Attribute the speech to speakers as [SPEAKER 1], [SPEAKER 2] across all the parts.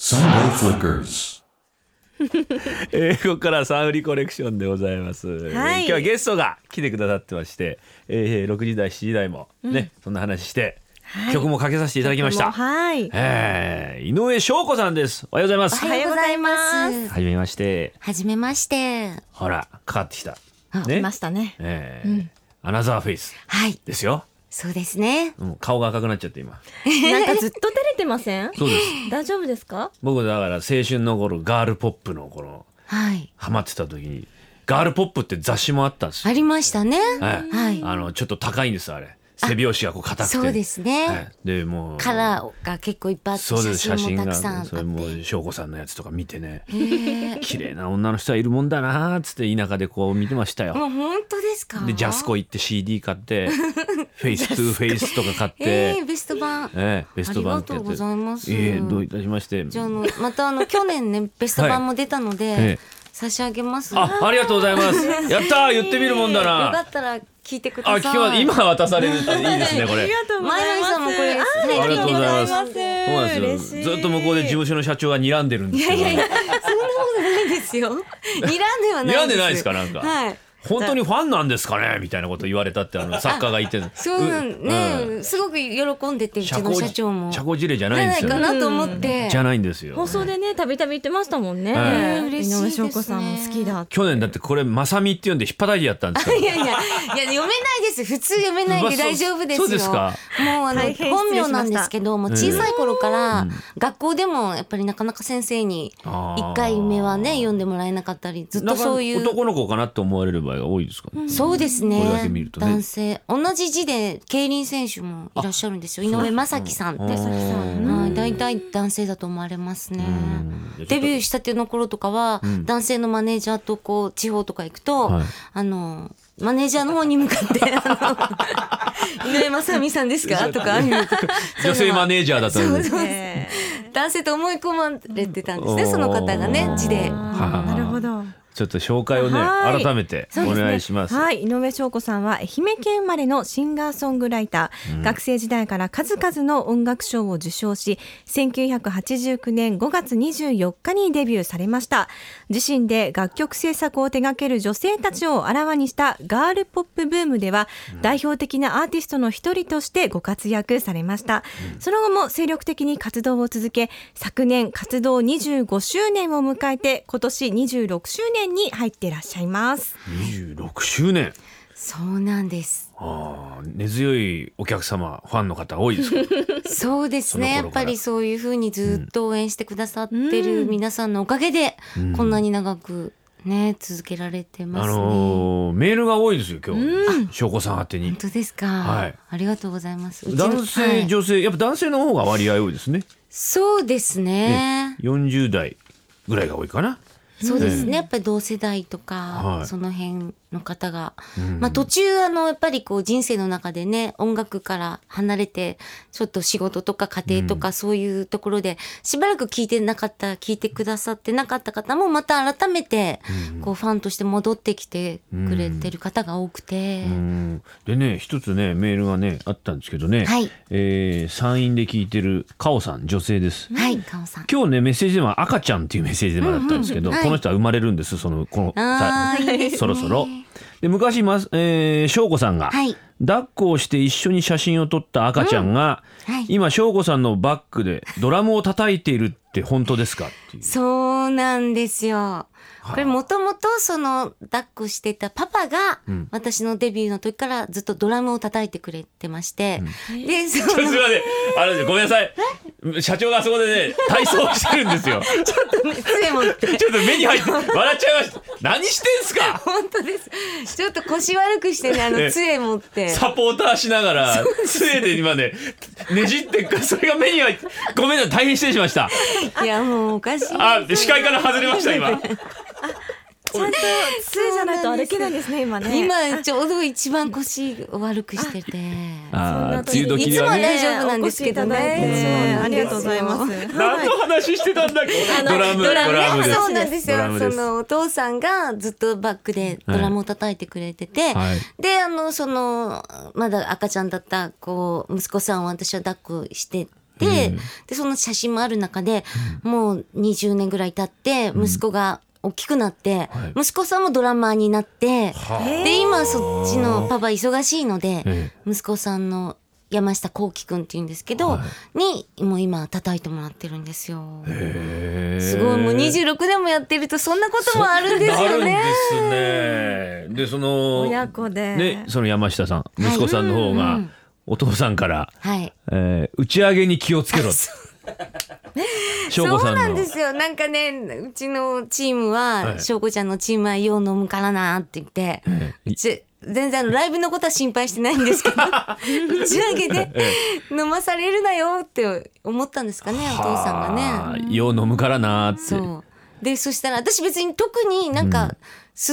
[SPEAKER 1] Sunday Flickers.
[SPEAKER 2] えーここからサウリコレクションでございます、えー
[SPEAKER 3] は
[SPEAKER 2] 今
[SPEAKER 3] い
[SPEAKER 2] 日はゲストが来てくださってまして、えー、6時台7時台もね、そんな話して、
[SPEAKER 3] はい
[SPEAKER 2] 曲もかけさせていただきまし
[SPEAKER 3] もう
[SPEAKER 2] た、
[SPEAKER 3] はい。
[SPEAKER 2] えー井上翔子さんですおはようございま
[SPEAKER 4] お
[SPEAKER 2] す
[SPEAKER 3] は
[SPEAKER 4] は
[SPEAKER 3] よ
[SPEAKER 4] よ
[SPEAKER 3] う
[SPEAKER 4] う
[SPEAKER 3] ご
[SPEAKER 4] ご
[SPEAKER 3] ざ
[SPEAKER 4] ざ
[SPEAKER 3] い
[SPEAKER 4] い
[SPEAKER 3] ま
[SPEAKER 4] ますす。
[SPEAKER 2] はじめまして
[SPEAKER 4] はじめまして。
[SPEAKER 2] ほらかかってきた
[SPEAKER 4] あいました ね。
[SPEAKER 2] えーアナザーフェイス
[SPEAKER 4] はい。
[SPEAKER 2] ですよ、
[SPEAKER 4] そうですね。
[SPEAKER 2] うん、顔が赤くなっちゃって今
[SPEAKER 3] なんかずっと照れてません
[SPEAKER 2] そうです
[SPEAKER 3] 大丈夫ですか
[SPEAKER 2] 僕だから青春の頃ガールポップの頃
[SPEAKER 4] はい。
[SPEAKER 2] ハマってた時にガールポップって雑誌もあったんです
[SPEAKER 4] あ
[SPEAKER 2] よ
[SPEAKER 4] りましたね。
[SPEAKER 2] はい
[SPEAKER 4] はい。
[SPEAKER 2] あのちょっと高いんですあれ背表紙がこう硬くて
[SPEAKER 4] そうですね
[SPEAKER 2] はいでもう
[SPEAKER 4] カラーが結構いっぱいあって、
[SPEAKER 2] そうです
[SPEAKER 4] 写
[SPEAKER 2] 写
[SPEAKER 4] 真
[SPEAKER 2] 真
[SPEAKER 4] もた
[SPEAKER 2] が
[SPEAKER 4] くさんあっ
[SPEAKER 2] それ
[SPEAKER 4] て。
[SPEAKER 2] もう翔子さんのやつとか見てね
[SPEAKER 4] へえ
[SPEAKER 2] 綺麗な女の人はいるもんだなーっつって田舎でこう見てましたよ
[SPEAKER 4] もう本当ですか。
[SPEAKER 2] でジャスコ行って CD 買って フェイス2フェイスとか買っ
[SPEAKER 4] ええ
[SPEAKER 2] て
[SPEAKER 4] ベスト版。
[SPEAKER 2] ええベスト版って
[SPEAKER 4] ありがとうございます
[SPEAKER 2] ええどういたしまして
[SPEAKER 4] じゃああのまたあの去年ねベスト版も出たの
[SPEAKER 2] ええ
[SPEAKER 4] で差し上げます。
[SPEAKER 2] あありがとうございますやったー言ってみるもんだ
[SPEAKER 4] よか
[SPEAKER 2] な
[SPEAKER 4] ったら聞いてく
[SPEAKER 2] あ
[SPEAKER 4] だ
[SPEAKER 2] 聞き
[SPEAKER 4] さい。
[SPEAKER 2] ます今渡されるっていいです ねこれ
[SPEAKER 3] と
[SPEAKER 4] 前のさんもこ
[SPEAKER 3] は
[SPEAKER 4] れ
[SPEAKER 3] い
[SPEAKER 2] ありがとうございます
[SPEAKER 3] ありがとうござ
[SPEAKER 2] そうなん
[SPEAKER 3] い
[SPEAKER 2] で
[SPEAKER 3] ますす
[SPEAKER 2] よ
[SPEAKER 3] 嬉しい
[SPEAKER 2] ずっと向こうで事務所の社長が睨んでるんですけど
[SPEAKER 4] そんなことないで すよ。睨んではない。
[SPEAKER 2] 睨んでないですかなんか
[SPEAKER 4] はい。
[SPEAKER 2] 本当にファンなんですかねみたいなこと言われたってあの作家が言ってる
[SPEAKER 4] そうなんね、すごく喜んでてうちの社長も。
[SPEAKER 2] 社
[SPEAKER 4] じ
[SPEAKER 2] 交辞令じゃ
[SPEAKER 4] ゃ
[SPEAKER 2] ないんで
[SPEAKER 4] な
[SPEAKER 2] す
[SPEAKER 4] い
[SPEAKER 2] よ
[SPEAKER 4] か
[SPEAKER 2] ね
[SPEAKER 4] なと思って。
[SPEAKER 2] じゃないんですよ
[SPEAKER 3] 放送でねたびたび言ってましたもんね、
[SPEAKER 2] はい
[SPEAKER 4] ね
[SPEAKER 3] 井上翔子さんも好きだって
[SPEAKER 2] 去年だってこれまさみって呼んで引っ叩いてやったんですから
[SPEAKER 4] いやいやいや読めないです普通読めないで大丈夫です
[SPEAKER 2] まあそ
[SPEAKER 4] よ。
[SPEAKER 2] うそうですか
[SPEAKER 4] もうあの
[SPEAKER 3] 大変失
[SPEAKER 4] 本
[SPEAKER 3] 礼しました
[SPEAKER 4] 名なんですけどもう小さい頃から学校でもやっぱりなかなか先生に一回目はね読んでもらえなかったりずっとそうい
[SPEAKER 2] なんか
[SPEAKER 4] う。
[SPEAKER 2] 男の子かなって思われる場合が多いですかね
[SPEAKER 4] そうです
[SPEAKER 2] こ
[SPEAKER 4] ね
[SPEAKER 2] れだけ見るとね
[SPEAKER 4] 男性同じ字で競輪選手もいらっしゃるんですよ井上正樹さんってはい、大体男性だと思われますね
[SPEAKER 2] うん。
[SPEAKER 4] デビューしたての頃とかは、男性のマネージャーとこう地方とか行くと、
[SPEAKER 2] はい
[SPEAKER 4] あのマネージャーの方に向かってあ の井上正美さんですかとか
[SPEAKER 2] 女性マネージャーだったんで
[SPEAKER 4] そう男性と思い込まれてたんですねその方がね字で。
[SPEAKER 2] は
[SPEAKER 3] なるほど
[SPEAKER 2] ちょっと紹介をね
[SPEAKER 3] はい
[SPEAKER 2] 改めて
[SPEAKER 3] そう
[SPEAKER 2] お
[SPEAKER 3] ですね
[SPEAKER 2] 願いします
[SPEAKER 3] はい、井上翔子さんは愛媛県生まれのシンガーソングライター、学生時代から数々の音楽賞を受賞し、1989年5月24日にデビューされました。自身で楽曲制作を手掛ける女性たちをあらわにしたガールポップブームでは、代表的なアーティストの一人としてご活躍されました。その後も精力的に活動を続け、昨年活動25周年を迎えて、今年26周年に入っていらっしゃいます。
[SPEAKER 2] 26周年
[SPEAKER 4] そうなんです。
[SPEAKER 2] ああ根強いお客様ファンの方多いですか
[SPEAKER 4] そうですね。
[SPEAKER 2] その
[SPEAKER 4] や
[SPEAKER 2] 頃
[SPEAKER 4] っ
[SPEAKER 2] から
[SPEAKER 4] ぱりそういうふうにずっと応援してくださってる皆さんのおかげで、こんなに長くね、続けられて
[SPEAKER 2] あ
[SPEAKER 4] ますね。
[SPEAKER 2] のーメールが多いですよ今日翔子さん宛てに
[SPEAKER 4] 本当ですか、
[SPEAKER 2] はい
[SPEAKER 4] ありがとうございます。うちの
[SPEAKER 2] 男性、
[SPEAKER 4] はい
[SPEAKER 2] 女性やっぱ男性の方が割合多いですね
[SPEAKER 4] そうですね。
[SPEAKER 2] 40代ぐらいが多いかな
[SPEAKER 4] そうですね。やっぱり同世代とか、
[SPEAKER 2] はい
[SPEAKER 4] その辺の方が、まあ途中あのやっぱりこう人生の中でね、音楽から離れて、ちょっと仕事とか家庭とかそういうところで、しばらく聞いてなかった、聞いてくださってなかった方もまた改めて、こうファンとして戻ってきてくれてる方が多くて、
[SPEAKER 2] うんでね一つねメールがねあったんですけどね、
[SPEAKER 4] はい
[SPEAKER 2] えー山陰で聞いてるカオさん女性です
[SPEAKER 4] はい、カオさん。
[SPEAKER 2] 今日ねメッセージでは赤ちゃんっていうメッセージでもらったんですけど、
[SPEAKER 4] うんうんはい
[SPEAKER 2] この人は生まれるんですそのこの
[SPEAKER 4] あー
[SPEAKER 2] さ
[SPEAKER 4] いい ですね
[SPEAKER 2] そろそろで昔まえー、翔子さんが、
[SPEAKER 4] はい
[SPEAKER 2] 抱っこをして一緒に写真を撮った赤ちゃんが、
[SPEAKER 4] うんはい
[SPEAKER 2] 今翔子さんのバックでドラムを叩いているって本当ですかっていう
[SPEAKER 4] そうなんですよ。これもともとその抱っこしてたパパが
[SPEAKER 2] ん
[SPEAKER 4] 私のデビューの時からずっとドラムを叩いてくれてまして、でそ
[SPEAKER 2] ちょ
[SPEAKER 4] の
[SPEAKER 2] すみません。あれですよごめんなさい。社長があそこでね、体操をしてるん ですよ。
[SPEAKER 4] 杖持って
[SPEAKER 2] ちょっと目に入って、笑っちゃいました。何してんすか
[SPEAKER 4] 本当ですちょっと腰悪くしてね
[SPEAKER 2] え
[SPEAKER 4] あ
[SPEAKER 2] え
[SPEAKER 4] の杖持って
[SPEAKER 2] サポーターしながら、杖で今ね、ねじってっから、それが目に入って、ごめんなさい、大変失礼しました。
[SPEAKER 4] いやもうおかしい
[SPEAKER 2] あ、視界から外れました、 今。
[SPEAKER 3] ちゃんと杖じゃないと歩けないんですね、今ね。
[SPEAKER 4] 今ちょうど一番腰を悪くしてて
[SPEAKER 2] あ
[SPEAKER 3] ー梅雨
[SPEAKER 4] 時にはねいつもは大丈夫なんですけど
[SPEAKER 3] お
[SPEAKER 4] ね
[SPEAKER 3] 越しいただいてそうありがとうございます。
[SPEAKER 2] 何の話してたんだっけドラム、
[SPEAKER 4] ドラムね
[SPEAKER 2] です。
[SPEAKER 4] そうなんですよ
[SPEAKER 2] ドラム
[SPEAKER 4] そ
[SPEAKER 2] です。
[SPEAKER 4] のお父さんがずっとバックでドラムを叩いてくれてて、
[SPEAKER 2] はい
[SPEAKER 4] であのそのまだ赤ちゃんだったこう息子さんを私は抱っこしてって、
[SPEAKER 2] うん
[SPEAKER 4] でその写真もある中で、もう20年ぐらい経って息子が大きくなって、
[SPEAKER 2] はい
[SPEAKER 4] 息子さんもドラマーになって、
[SPEAKER 2] は
[SPEAKER 3] へ
[SPEAKER 4] で今そっちのパパ忙しいので、
[SPEAKER 2] え
[SPEAKER 4] 息子さんの山下幸輝くんって言うんですけど、
[SPEAKER 2] は
[SPEAKER 4] にもう今叩いてもらってるんですよ。
[SPEAKER 2] え
[SPEAKER 4] すごいもう26年もやってるとそんなこともあるんです
[SPEAKER 2] あ
[SPEAKER 4] よ
[SPEAKER 2] るんで
[SPEAKER 4] ね。
[SPEAKER 2] すね。でその
[SPEAKER 3] 親子で
[SPEAKER 2] ねその山下さん
[SPEAKER 4] い
[SPEAKER 2] 息子さんの方
[SPEAKER 4] うんう
[SPEAKER 2] が
[SPEAKER 4] ん
[SPEAKER 2] お父さんから、
[SPEAKER 4] はい。
[SPEAKER 2] えー打ち上げに気をつけろ。 翔子
[SPEAKER 4] そ
[SPEAKER 2] さ
[SPEAKER 4] うんなん
[SPEAKER 2] の
[SPEAKER 4] ですよ。なんかね、うちのチーム
[SPEAKER 2] は
[SPEAKER 4] は、
[SPEAKER 2] い
[SPEAKER 4] しょうこちゃんのチームはよう飲むからなって言って、うち、全然あのライブのことは心配してないんですけど、 打ち上げで飲まされるなよって思ったんですかね、お父さんがね。
[SPEAKER 2] ね。よう飲むからなーって。
[SPEAKER 4] そう。で、そしたら私別に特になんか、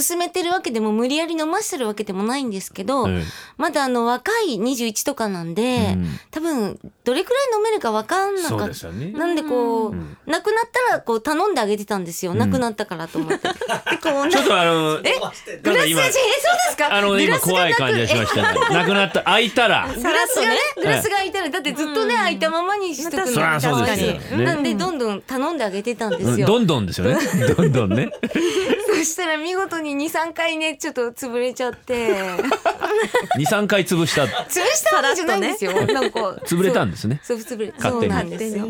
[SPEAKER 4] 勧めてるわけでも無理やり飲ませてるわけでもないんですけど、
[SPEAKER 2] ええ
[SPEAKER 4] まだあの若い21とかなんで、
[SPEAKER 2] うん
[SPEAKER 4] 多分どれくらい飲めるか分かんな
[SPEAKER 2] そ
[SPEAKER 4] か
[SPEAKER 2] う
[SPEAKER 4] っ
[SPEAKER 2] ですよね。
[SPEAKER 4] なんでこう、なくなったらこう頼んであげてたんですよ。なくなったからと思 って。で、こう
[SPEAKER 2] ちょっ
[SPEAKER 4] な、
[SPEAKER 2] とあのなん
[SPEAKER 4] え、グラ
[SPEAKER 2] か
[SPEAKER 4] ス
[SPEAKER 2] 今
[SPEAKER 4] が、え、そうですか
[SPEAKER 2] あの
[SPEAKER 4] グ
[SPEAKER 2] 今
[SPEAKER 4] ラスが
[SPEAKER 2] 怖い
[SPEAKER 4] なく
[SPEAKER 2] 感じがしましたね。 なくなった開いたら。
[SPEAKER 4] えグラスがね、
[SPEAKER 2] え
[SPEAKER 4] グラスが開いたら、だってずっとね、開いたままにしとくの
[SPEAKER 2] そりゃそう
[SPEAKER 3] ですよ
[SPEAKER 4] 確か
[SPEAKER 2] ね
[SPEAKER 4] になんで、どんどん頼んであげてたんで
[SPEAKER 2] うん
[SPEAKER 4] すよ。
[SPEAKER 2] どんどんですよね。 どんどんね。
[SPEAKER 4] そしたら見事に2、3回ね、ちょっと潰れちゃって、
[SPEAKER 2] 二三回潰した。
[SPEAKER 4] 潰したわけじゃないんですよ。なんか、
[SPEAKER 2] 潰れたんですね。
[SPEAKER 4] そう、そう潰れ、
[SPEAKER 2] 勝
[SPEAKER 4] そ
[SPEAKER 2] 手
[SPEAKER 4] う
[SPEAKER 2] に
[SPEAKER 4] なんですよ。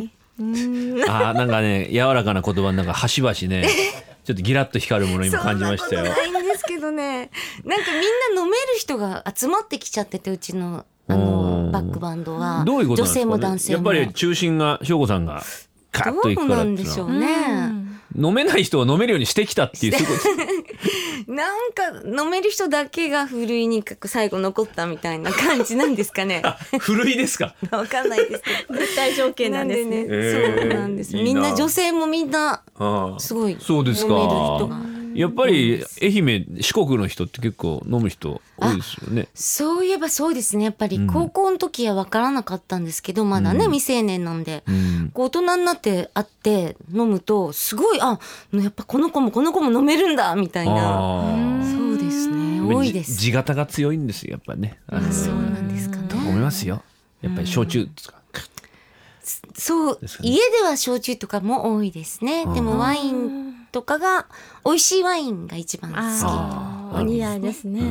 [SPEAKER 2] あーなんかね柔らかな言葉の中端々ねちょっとギラッと光るもの今感じましたよ
[SPEAKER 4] そんな。ことないんですけどね。なんかみんな飲める人が集まってきちゃっててうちのあ
[SPEAKER 2] うん
[SPEAKER 4] のバックバンドは
[SPEAKER 2] どういうことなんで
[SPEAKER 4] 女
[SPEAKER 2] す
[SPEAKER 4] 性
[SPEAKER 2] か、ね、
[SPEAKER 4] も男性も
[SPEAKER 2] やっぱり中心が翔子さんがカッとい
[SPEAKER 4] ど
[SPEAKER 2] く
[SPEAKER 4] う
[SPEAKER 2] から
[SPEAKER 4] な
[SPEAKER 2] っていう
[SPEAKER 4] んでし
[SPEAKER 2] の
[SPEAKER 4] ょ
[SPEAKER 2] は
[SPEAKER 4] うね。
[SPEAKER 2] 飲めない人は飲めるようにしてきたっていうそういうこと
[SPEAKER 4] なんか飲める人だけがふるいにかく最後残ったみたいな感じなんですか ね。
[SPEAKER 2] ふるいですか。
[SPEAKER 4] わかんないです けど。
[SPEAKER 3] 絶対条件なんですね。
[SPEAKER 2] えー
[SPEAKER 4] そうなんです。
[SPEAKER 2] いいな
[SPEAKER 4] みんな女性もみんな
[SPEAKER 2] ああ
[SPEAKER 4] すごい飲める
[SPEAKER 2] そうですか
[SPEAKER 4] 人が。。
[SPEAKER 2] やっぱり愛媛四国の人って結構飲む人多いですよね。
[SPEAKER 4] そういえばそうですね。やっぱり高校の時は分からなかったんですけど、まだね、未成年なんで。
[SPEAKER 2] うん。
[SPEAKER 4] こう大人になって会って飲むとすごいあやっぱこの子もこの子も飲めるんだみたいな
[SPEAKER 2] あ
[SPEAKER 4] そうですね
[SPEAKER 2] あ。
[SPEAKER 4] 多いです
[SPEAKER 2] じ地形が強いんですよやっぱね。あの
[SPEAKER 4] そうなんですかね
[SPEAKER 2] と思いますよ。やっぱり焼酎ですか。
[SPEAKER 4] そう
[SPEAKER 2] ですかね
[SPEAKER 4] 家では焼酎とかも多いですねでもワインとかが美味しいワインが一番好
[SPEAKER 3] あ
[SPEAKER 2] あ
[SPEAKER 3] ー
[SPEAKER 2] ー
[SPEAKER 3] お似合いですね。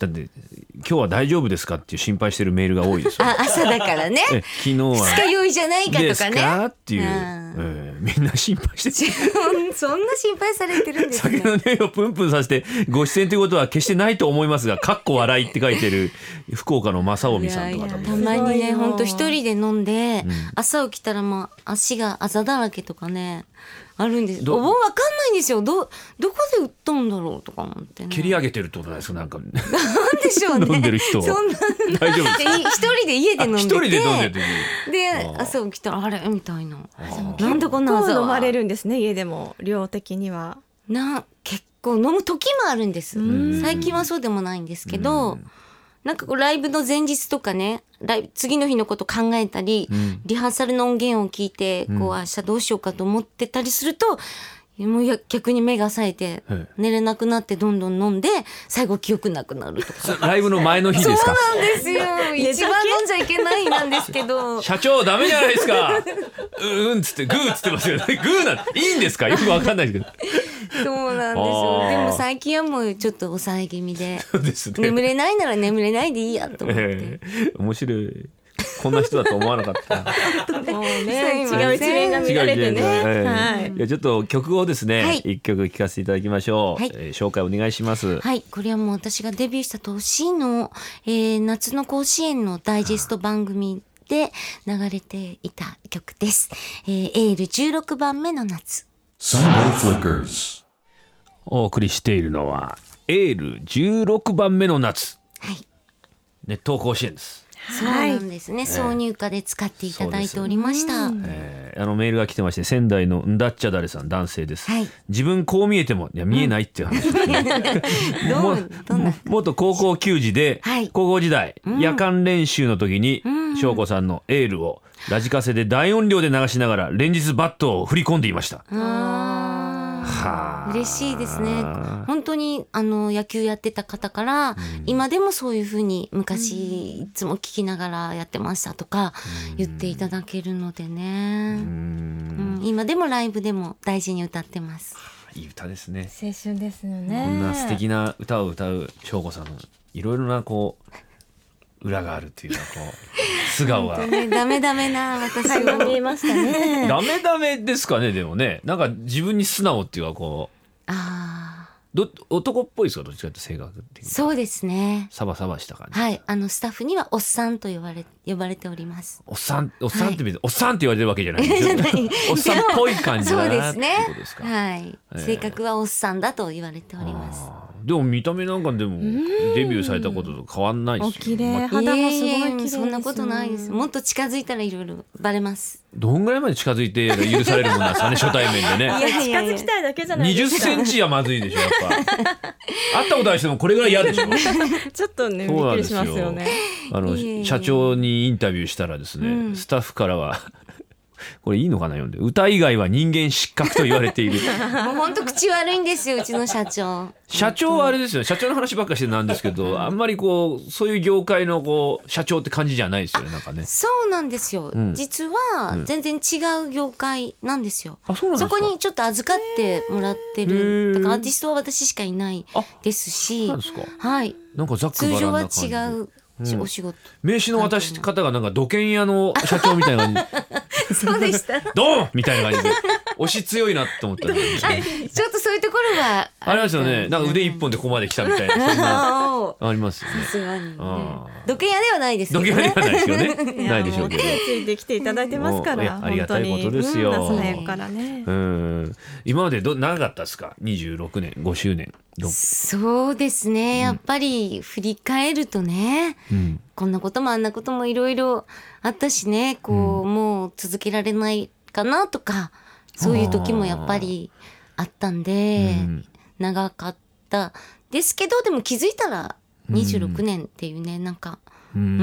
[SPEAKER 2] だって今日は大丈夫ですかっていう心配してるメールが多いです
[SPEAKER 4] き
[SPEAKER 2] よ。
[SPEAKER 4] あ朝だからね
[SPEAKER 2] え昨日は
[SPEAKER 4] 二日酔いじゃないか
[SPEAKER 2] で
[SPEAKER 4] と
[SPEAKER 2] す
[SPEAKER 4] か
[SPEAKER 2] か
[SPEAKER 4] ね
[SPEAKER 2] っていう、
[SPEAKER 4] うん
[SPEAKER 2] えーみんな心配してる
[SPEAKER 4] そんな心配されてるんです
[SPEAKER 2] 酒
[SPEAKER 4] ね
[SPEAKER 2] の匂いをプンプンさせてご出演ということは決してないと思いますが「かっこ笑い」って書いてる福岡の正臣さんとかだ
[SPEAKER 4] た
[SPEAKER 2] と
[SPEAKER 4] まに
[SPEAKER 3] すごい
[SPEAKER 4] ね
[SPEAKER 3] よ
[SPEAKER 4] ほんと一人で飲んで、
[SPEAKER 2] ん
[SPEAKER 4] 朝起きたらもう足があざだらけとかねあるんです
[SPEAKER 2] ど
[SPEAKER 4] お盆わかんないんですよどどこで売ったんだろうとか思ってね
[SPEAKER 2] 蹴り上げてるってことないですかなんか
[SPEAKER 4] なんでしょうね
[SPEAKER 2] 飲んでる人を
[SPEAKER 4] そんな
[SPEAKER 2] 大丈夫です
[SPEAKER 4] でい一人で家で
[SPEAKER 2] あ
[SPEAKER 4] 飲んでて
[SPEAKER 2] 一人で飲んでる時
[SPEAKER 4] で
[SPEAKER 2] あー
[SPEAKER 4] 朝起きたらあれみたいななんでこんなあ
[SPEAKER 3] こう
[SPEAKER 4] ざは
[SPEAKER 3] 飲まれるんですね家でも量的には。
[SPEAKER 4] な結構飲む時もあるんです最近はそうでもないんですけどなんかこうライブの前日とかねライブ次の日のこと考えたり、
[SPEAKER 2] ん
[SPEAKER 4] リハーサルの音源を聞いてこう明日どうしようかと思ってたりするともうや逆に目が冴えて
[SPEAKER 2] はい
[SPEAKER 4] 寝れなくなってどんどん飲んで最後記憶なくなるとか。
[SPEAKER 2] それライブの前の日ですか
[SPEAKER 4] そうなんですよ一番飲んじゃいけない日なんですけど
[SPEAKER 2] 社長ダメじゃないですか うーんっつってグーっつってますよねグーなんいいんですかよくわかんないですけど
[SPEAKER 4] そう
[SPEAKER 2] あ
[SPEAKER 4] なんですよ
[SPEAKER 2] ー
[SPEAKER 4] でも最近はもうちょっと抑え気味 で
[SPEAKER 2] そう ですね
[SPEAKER 4] 眠れないなら眠れないでいいやと思って、
[SPEAKER 2] ええ面白いこんな人だと思わなか った
[SPEAKER 3] もう
[SPEAKER 4] ね
[SPEAKER 3] ね違う一面が見られてね。
[SPEAKER 2] 違う
[SPEAKER 3] は
[SPEAKER 2] ええ。
[SPEAKER 3] い
[SPEAKER 2] いやちょっと曲をですね、
[SPEAKER 4] は
[SPEAKER 2] 一
[SPEAKER 4] い
[SPEAKER 2] 曲聴かせていただきましょう、
[SPEAKER 4] はい
[SPEAKER 2] えー紹介お願いします、
[SPEAKER 4] はい、これはもう私がデビューした年の、えー夏の甲子園のダイジェスト番組で流れていた曲です。えーエール16番目の夏。
[SPEAKER 1] Sunday Flickers.
[SPEAKER 2] お送りしているのはエール16番目の夏
[SPEAKER 4] はい、
[SPEAKER 2] 熱湯甲子園です、
[SPEAKER 4] そうなんですね。挿入歌で使っていただいておりました。
[SPEAKER 2] えーあのメールが来てまして仙台のんだっちゃだれさん男性です、
[SPEAKER 4] はい
[SPEAKER 2] 自分こう見えてもいや見えないっていう話ですね、
[SPEAKER 4] ど
[SPEAKER 2] も
[SPEAKER 4] うどんな
[SPEAKER 2] 元高校球児で、
[SPEAKER 4] はい
[SPEAKER 2] 高校時代、夜間練習の時に翔子さんのエールをラジカセで大音量で流しながら連日バットを振り込んでいました
[SPEAKER 4] あ
[SPEAKER 2] はあ
[SPEAKER 4] 嬉しいですね本当にあの野球やってた方から、今でもそういうふうに昔、いつも聞きながらやってましたとか言っていただけるのでね、うん今でもライブでも大事に歌ってます。
[SPEAKER 2] いい歌ですね。
[SPEAKER 3] 青春ですよね
[SPEAKER 2] こんな素敵な歌を歌う翔子さんのいろいろなこう裏があるっていうかこ う素顔が。
[SPEAKER 4] ねダメダメな私
[SPEAKER 3] 最後
[SPEAKER 4] は
[SPEAKER 3] 見えまし たね
[SPEAKER 2] ダメダメですかねでもねなんか自分に素直っていうかこう
[SPEAKER 4] ああ
[SPEAKER 2] ど男っぽいですかどっちかって性格的に
[SPEAKER 4] そうですね
[SPEAKER 2] サバサバした感じ。
[SPEAKER 4] はいあのスタッフにはおっさんと呼ばれ呼ばれております
[SPEAKER 2] おっさん、おっさんって別に、おっさんって言われてるわけじゃないでしょ。 おっさんっぽい感じ
[SPEAKER 4] そう
[SPEAKER 2] だ
[SPEAKER 4] で
[SPEAKER 2] なって
[SPEAKER 4] す
[SPEAKER 2] い
[SPEAKER 4] ね
[SPEAKER 2] うことですか。
[SPEAKER 4] はい、
[SPEAKER 2] えー
[SPEAKER 4] 性格はおっさんだと言われております
[SPEAKER 2] あーでも見た目なんかでもデビューされたことと変わんない
[SPEAKER 3] お
[SPEAKER 2] し、
[SPEAKER 3] 綺麗
[SPEAKER 2] ま
[SPEAKER 3] 肌もすごい綺
[SPEAKER 4] え
[SPEAKER 3] 麗
[SPEAKER 4] ええ
[SPEAKER 3] で
[SPEAKER 4] え
[SPEAKER 3] す
[SPEAKER 4] そんなことないですもっと近づいたらいろいろバ レます
[SPEAKER 2] どんぐらいまで近づいて許されるもんなんですかね初対面 で
[SPEAKER 3] い
[SPEAKER 2] ね
[SPEAKER 3] や近づきたいだけじゃないで
[SPEAKER 2] 20
[SPEAKER 3] すか
[SPEAKER 2] センチはまずいでしょやっ ぱ会ったことある人もこれぐらい嫌でしょ
[SPEAKER 3] ちょっとねび
[SPEAKER 2] そう
[SPEAKER 3] っ
[SPEAKER 2] な
[SPEAKER 3] く
[SPEAKER 2] んで
[SPEAKER 3] り
[SPEAKER 2] す
[SPEAKER 3] し
[SPEAKER 2] よ
[SPEAKER 3] ますよね
[SPEAKER 2] あの
[SPEAKER 4] いえいえ
[SPEAKER 2] 社長にインタビューしたらですね、
[SPEAKER 4] うん
[SPEAKER 2] スタッフからは これいいのかな読んで歌以外は人間失格と言われている
[SPEAKER 4] もう本当口悪いんですようちの社長
[SPEAKER 2] 社長はあれですよね社長の話ばっかりしてなんですけどあんまりこうそういう業界のこう社長って感じじゃないですよねなんかね
[SPEAKER 4] そうなんですよ、
[SPEAKER 2] ん
[SPEAKER 4] 実は全然違う業界なんですよ、
[SPEAKER 2] あそうなんで
[SPEAKER 4] そ
[SPEAKER 2] すか
[SPEAKER 4] こにちょっと預かってもらって
[SPEAKER 2] へ
[SPEAKER 4] る
[SPEAKER 2] ー
[SPEAKER 4] だからアーティストは私しかいない
[SPEAKER 2] あ
[SPEAKER 4] ですし
[SPEAKER 2] なんですか
[SPEAKER 4] はい
[SPEAKER 2] なんかざっく
[SPEAKER 4] 通
[SPEAKER 2] ばら
[SPEAKER 4] 常
[SPEAKER 2] ん
[SPEAKER 4] は
[SPEAKER 2] な感じ
[SPEAKER 4] 違
[SPEAKER 2] で
[SPEAKER 4] うしお仕事、
[SPEAKER 2] 名刺の渡し方がなんか土建屋の社長みたいな感 じ
[SPEAKER 4] そうでした ちょ
[SPEAKER 2] ドンみたいな感じで押し強いなと思ったんですけど
[SPEAKER 4] っとそういうところは
[SPEAKER 2] ありますよねなんか腕一本でここまで来たみたいなそんな
[SPEAKER 4] あおう
[SPEAKER 2] ありますよね
[SPEAKER 4] さすがにね
[SPEAKER 2] あー
[SPEAKER 4] 土建屋ではないですけ
[SPEAKER 2] 土
[SPEAKER 4] ど
[SPEAKER 2] 建屋で
[SPEAKER 4] ね
[SPEAKER 2] はないですよねないでしょうけど
[SPEAKER 3] いやも手ついてきていただいてますか
[SPEAKER 2] もういや
[SPEAKER 3] ら
[SPEAKER 2] ありがたい
[SPEAKER 3] 本当に
[SPEAKER 2] ことですよ
[SPEAKER 3] うん朝早くからね
[SPEAKER 2] うん今までど長かったですか26年5周年ろく
[SPEAKER 4] そうですねやっぱり振り返るとね、
[SPEAKER 2] うん
[SPEAKER 4] こんなこともあんなこともいろいろあったしねこう、もう続けられないかなとかそういう時もやっぱりあったんで、
[SPEAKER 2] うん
[SPEAKER 4] 長かったですけどでも気づいたら26年っていうねなんか
[SPEAKER 2] う
[SPEAKER 4] うん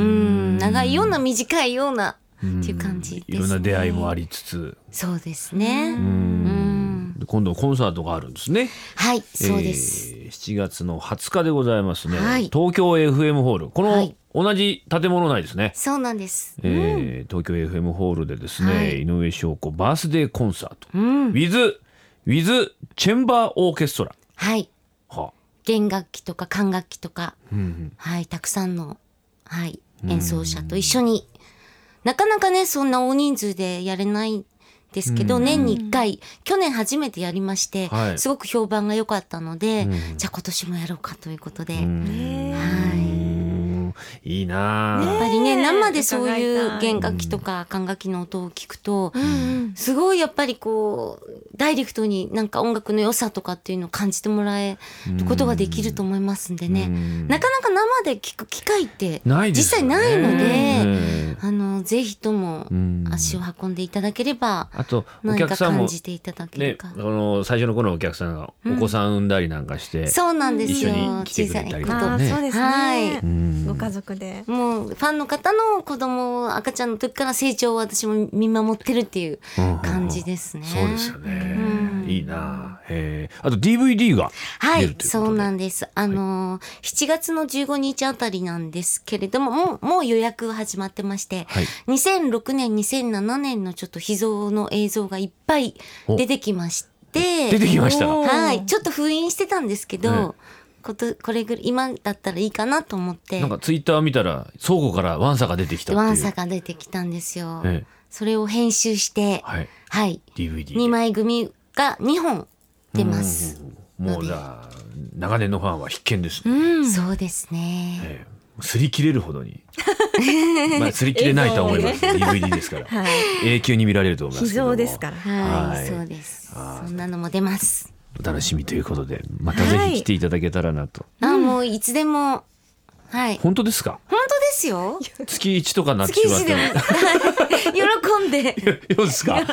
[SPEAKER 2] ん
[SPEAKER 4] 長いような短いような
[SPEAKER 2] うん
[SPEAKER 4] っていう感じですね
[SPEAKER 2] いろんな出会いもありつつ
[SPEAKER 4] そうですね。
[SPEAKER 2] う
[SPEAKER 4] うん
[SPEAKER 2] んで今度コンサートがあるんですね
[SPEAKER 4] はいそうです、
[SPEAKER 2] えー7月の20日でございますね、
[SPEAKER 4] はい
[SPEAKER 2] 東京 FM ホールこの、
[SPEAKER 4] はい
[SPEAKER 2] 同じ建物内ですね、
[SPEAKER 4] そうなんです。
[SPEAKER 2] えー東京 FM ホールでですね、
[SPEAKER 4] はい
[SPEAKER 2] 井上翔子バースデーコンサート
[SPEAKER 4] うん、
[SPEAKER 2] with with チェンバーオーケストラ
[SPEAKER 4] はい
[SPEAKER 2] は
[SPEAKER 4] 弦楽器とか管楽器とか
[SPEAKER 2] うん
[SPEAKER 4] はい、たくさんの、はい、演奏者と一緒に、なかなかね、そんな大人数でやれないんですけど、年に1回、去年初めてやりまして、
[SPEAKER 2] はい
[SPEAKER 4] すごく評判が良かったので、
[SPEAKER 2] ん
[SPEAKER 4] じゃあ今年もやろうかということで、
[SPEAKER 3] ね
[SPEAKER 4] はい。
[SPEAKER 2] うんいいなあ、
[SPEAKER 4] やっぱりね、
[SPEAKER 3] ねえ
[SPEAKER 4] 生でそうい
[SPEAKER 3] 伺
[SPEAKER 4] う
[SPEAKER 3] いたい
[SPEAKER 4] 弦楽器とか管楽器の音を聞くと、
[SPEAKER 3] うん
[SPEAKER 4] すごいやっぱりこう、ダイレクトになんか音楽の良さとかっていうのを感じてもらえることができると思いますんでね。
[SPEAKER 2] うん
[SPEAKER 4] なかなか生で聞く機会って
[SPEAKER 2] ないです
[SPEAKER 4] 実際
[SPEAKER 2] よね
[SPEAKER 4] ないので、
[SPEAKER 2] うん
[SPEAKER 4] あのぜひとも
[SPEAKER 2] ん
[SPEAKER 4] 足を運んでいただければ
[SPEAKER 2] あとお
[SPEAKER 4] 何
[SPEAKER 2] 客
[SPEAKER 4] か
[SPEAKER 2] さん
[SPEAKER 4] 感
[SPEAKER 2] も
[SPEAKER 4] じていただけ
[SPEAKER 2] ね
[SPEAKER 4] るか、
[SPEAKER 2] あの最初の頃のお客さんがお子さん産んだりなんかして、
[SPEAKER 4] そうなんですよ
[SPEAKER 2] 一緒に来て
[SPEAKER 4] 小
[SPEAKER 2] く
[SPEAKER 4] さ
[SPEAKER 2] れ
[SPEAKER 4] い
[SPEAKER 2] たり
[SPEAKER 4] 子
[SPEAKER 2] と
[SPEAKER 3] あ
[SPEAKER 2] か
[SPEAKER 4] と
[SPEAKER 3] あ
[SPEAKER 2] ね
[SPEAKER 3] そうです
[SPEAKER 4] はい
[SPEAKER 3] ね
[SPEAKER 2] ん
[SPEAKER 3] ご家族で
[SPEAKER 4] もうファンの方の子供を赤ちゃんの時から成長を私も見守ってるっていう感じですね。
[SPEAKER 2] そうですよね。
[SPEAKER 4] うん
[SPEAKER 2] いいなあ。えーあと DVD が
[SPEAKER 4] は
[SPEAKER 2] 出るという
[SPEAKER 4] い、
[SPEAKER 2] ことで。
[SPEAKER 4] そうなんです。あのー、7月の15日あたりなんですけれども、もう、もう予約始まってまして、
[SPEAKER 2] はい
[SPEAKER 4] 2006年、2007年のちょっと秘蔵の映像がいっぱい出てきまして、
[SPEAKER 2] 出てきました。
[SPEAKER 3] おー
[SPEAKER 4] はい、ちょっと封印してたんですけど、
[SPEAKER 2] ね
[SPEAKER 4] ことこれぐらい今だったらいいかなと思って
[SPEAKER 2] なんかツイッター見たら倉庫からワンサが出てきたっていう。
[SPEAKER 4] ワンサが出てきたんですよ、
[SPEAKER 2] ええ
[SPEAKER 4] それを編集しては、
[SPEAKER 2] はいい。DVD で。
[SPEAKER 4] 2枚組が2本出ます、
[SPEAKER 2] もうじゃあ長年のファンは必見ですね。
[SPEAKER 4] そうですね
[SPEAKER 2] ええ擦り切れるほどに。まあ擦り切れないとは思います。DVD です から。
[SPEAKER 3] はい
[SPEAKER 2] 永久に見られると思います
[SPEAKER 3] 非
[SPEAKER 2] けども。
[SPEAKER 3] 常ですから
[SPEAKER 4] はい、
[SPEAKER 2] はい
[SPEAKER 4] そうですそんなのも出ます
[SPEAKER 2] お楽しみということで、またぜひ来ていただけたらなと。
[SPEAKER 4] あもういつでもはい
[SPEAKER 2] 本当ですか？
[SPEAKER 4] 本当ですよ
[SPEAKER 2] 月一とかになって
[SPEAKER 4] 月
[SPEAKER 2] しまっ
[SPEAKER 4] 一
[SPEAKER 2] て
[SPEAKER 4] でも
[SPEAKER 2] も。
[SPEAKER 4] はい喜 んで
[SPEAKER 2] そうですか。あ、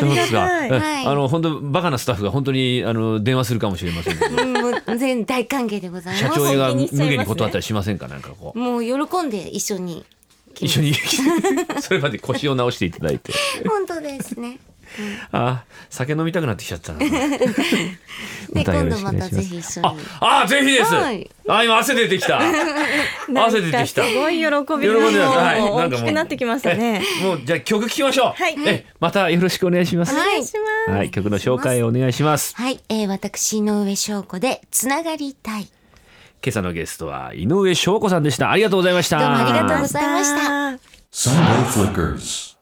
[SPEAKER 2] そう
[SPEAKER 3] り
[SPEAKER 2] で
[SPEAKER 3] が
[SPEAKER 2] すか。
[SPEAKER 3] たい
[SPEAKER 4] はい
[SPEAKER 2] あの本当バカなスタッフが本当にあの電話するかもしれませんけど、
[SPEAKER 4] うんもう全然大歓迎でござい
[SPEAKER 2] 社
[SPEAKER 4] ます
[SPEAKER 2] 長が
[SPEAKER 3] 本気にしちゃいますね
[SPEAKER 2] 無限に断ったりしませんかなんかこう。
[SPEAKER 4] もう喜んで一 緒に
[SPEAKER 2] 一緒にそれまで腰を直していただいて
[SPEAKER 4] 本当ですね
[SPEAKER 2] あ酒飲みたくなってきちゃったな
[SPEAKER 4] で
[SPEAKER 2] 歌よ
[SPEAKER 4] 今
[SPEAKER 2] ろ
[SPEAKER 4] 度
[SPEAKER 2] しくお
[SPEAKER 4] ま
[SPEAKER 2] 願い
[SPEAKER 4] た
[SPEAKER 2] しま
[SPEAKER 4] ぜ
[SPEAKER 2] す
[SPEAKER 4] ひ一緒
[SPEAKER 2] あ
[SPEAKER 4] に。
[SPEAKER 2] あぜひです、
[SPEAKER 4] はい
[SPEAKER 2] あ今汗出てきた汗出てきた
[SPEAKER 3] なんかすごい喜びがもう
[SPEAKER 2] 喜んでますはいなんか
[SPEAKER 3] 大き
[SPEAKER 2] もう
[SPEAKER 3] くなってきましたね。
[SPEAKER 2] もうじゃあ曲聴きましょう、
[SPEAKER 3] はい
[SPEAKER 2] えまたよろしくお願いします
[SPEAKER 3] お
[SPEAKER 4] はい
[SPEAKER 3] 願いします。
[SPEAKER 2] はい、曲の紹介をお願いします。
[SPEAKER 4] はい、えー、私井上翔子でつながりたい。
[SPEAKER 2] 今朝のゲストは井上翔子さんでした。ありがとうございました。
[SPEAKER 4] どうもありがとうございました
[SPEAKER 3] ました。
[SPEAKER 1] Sunday Flickers.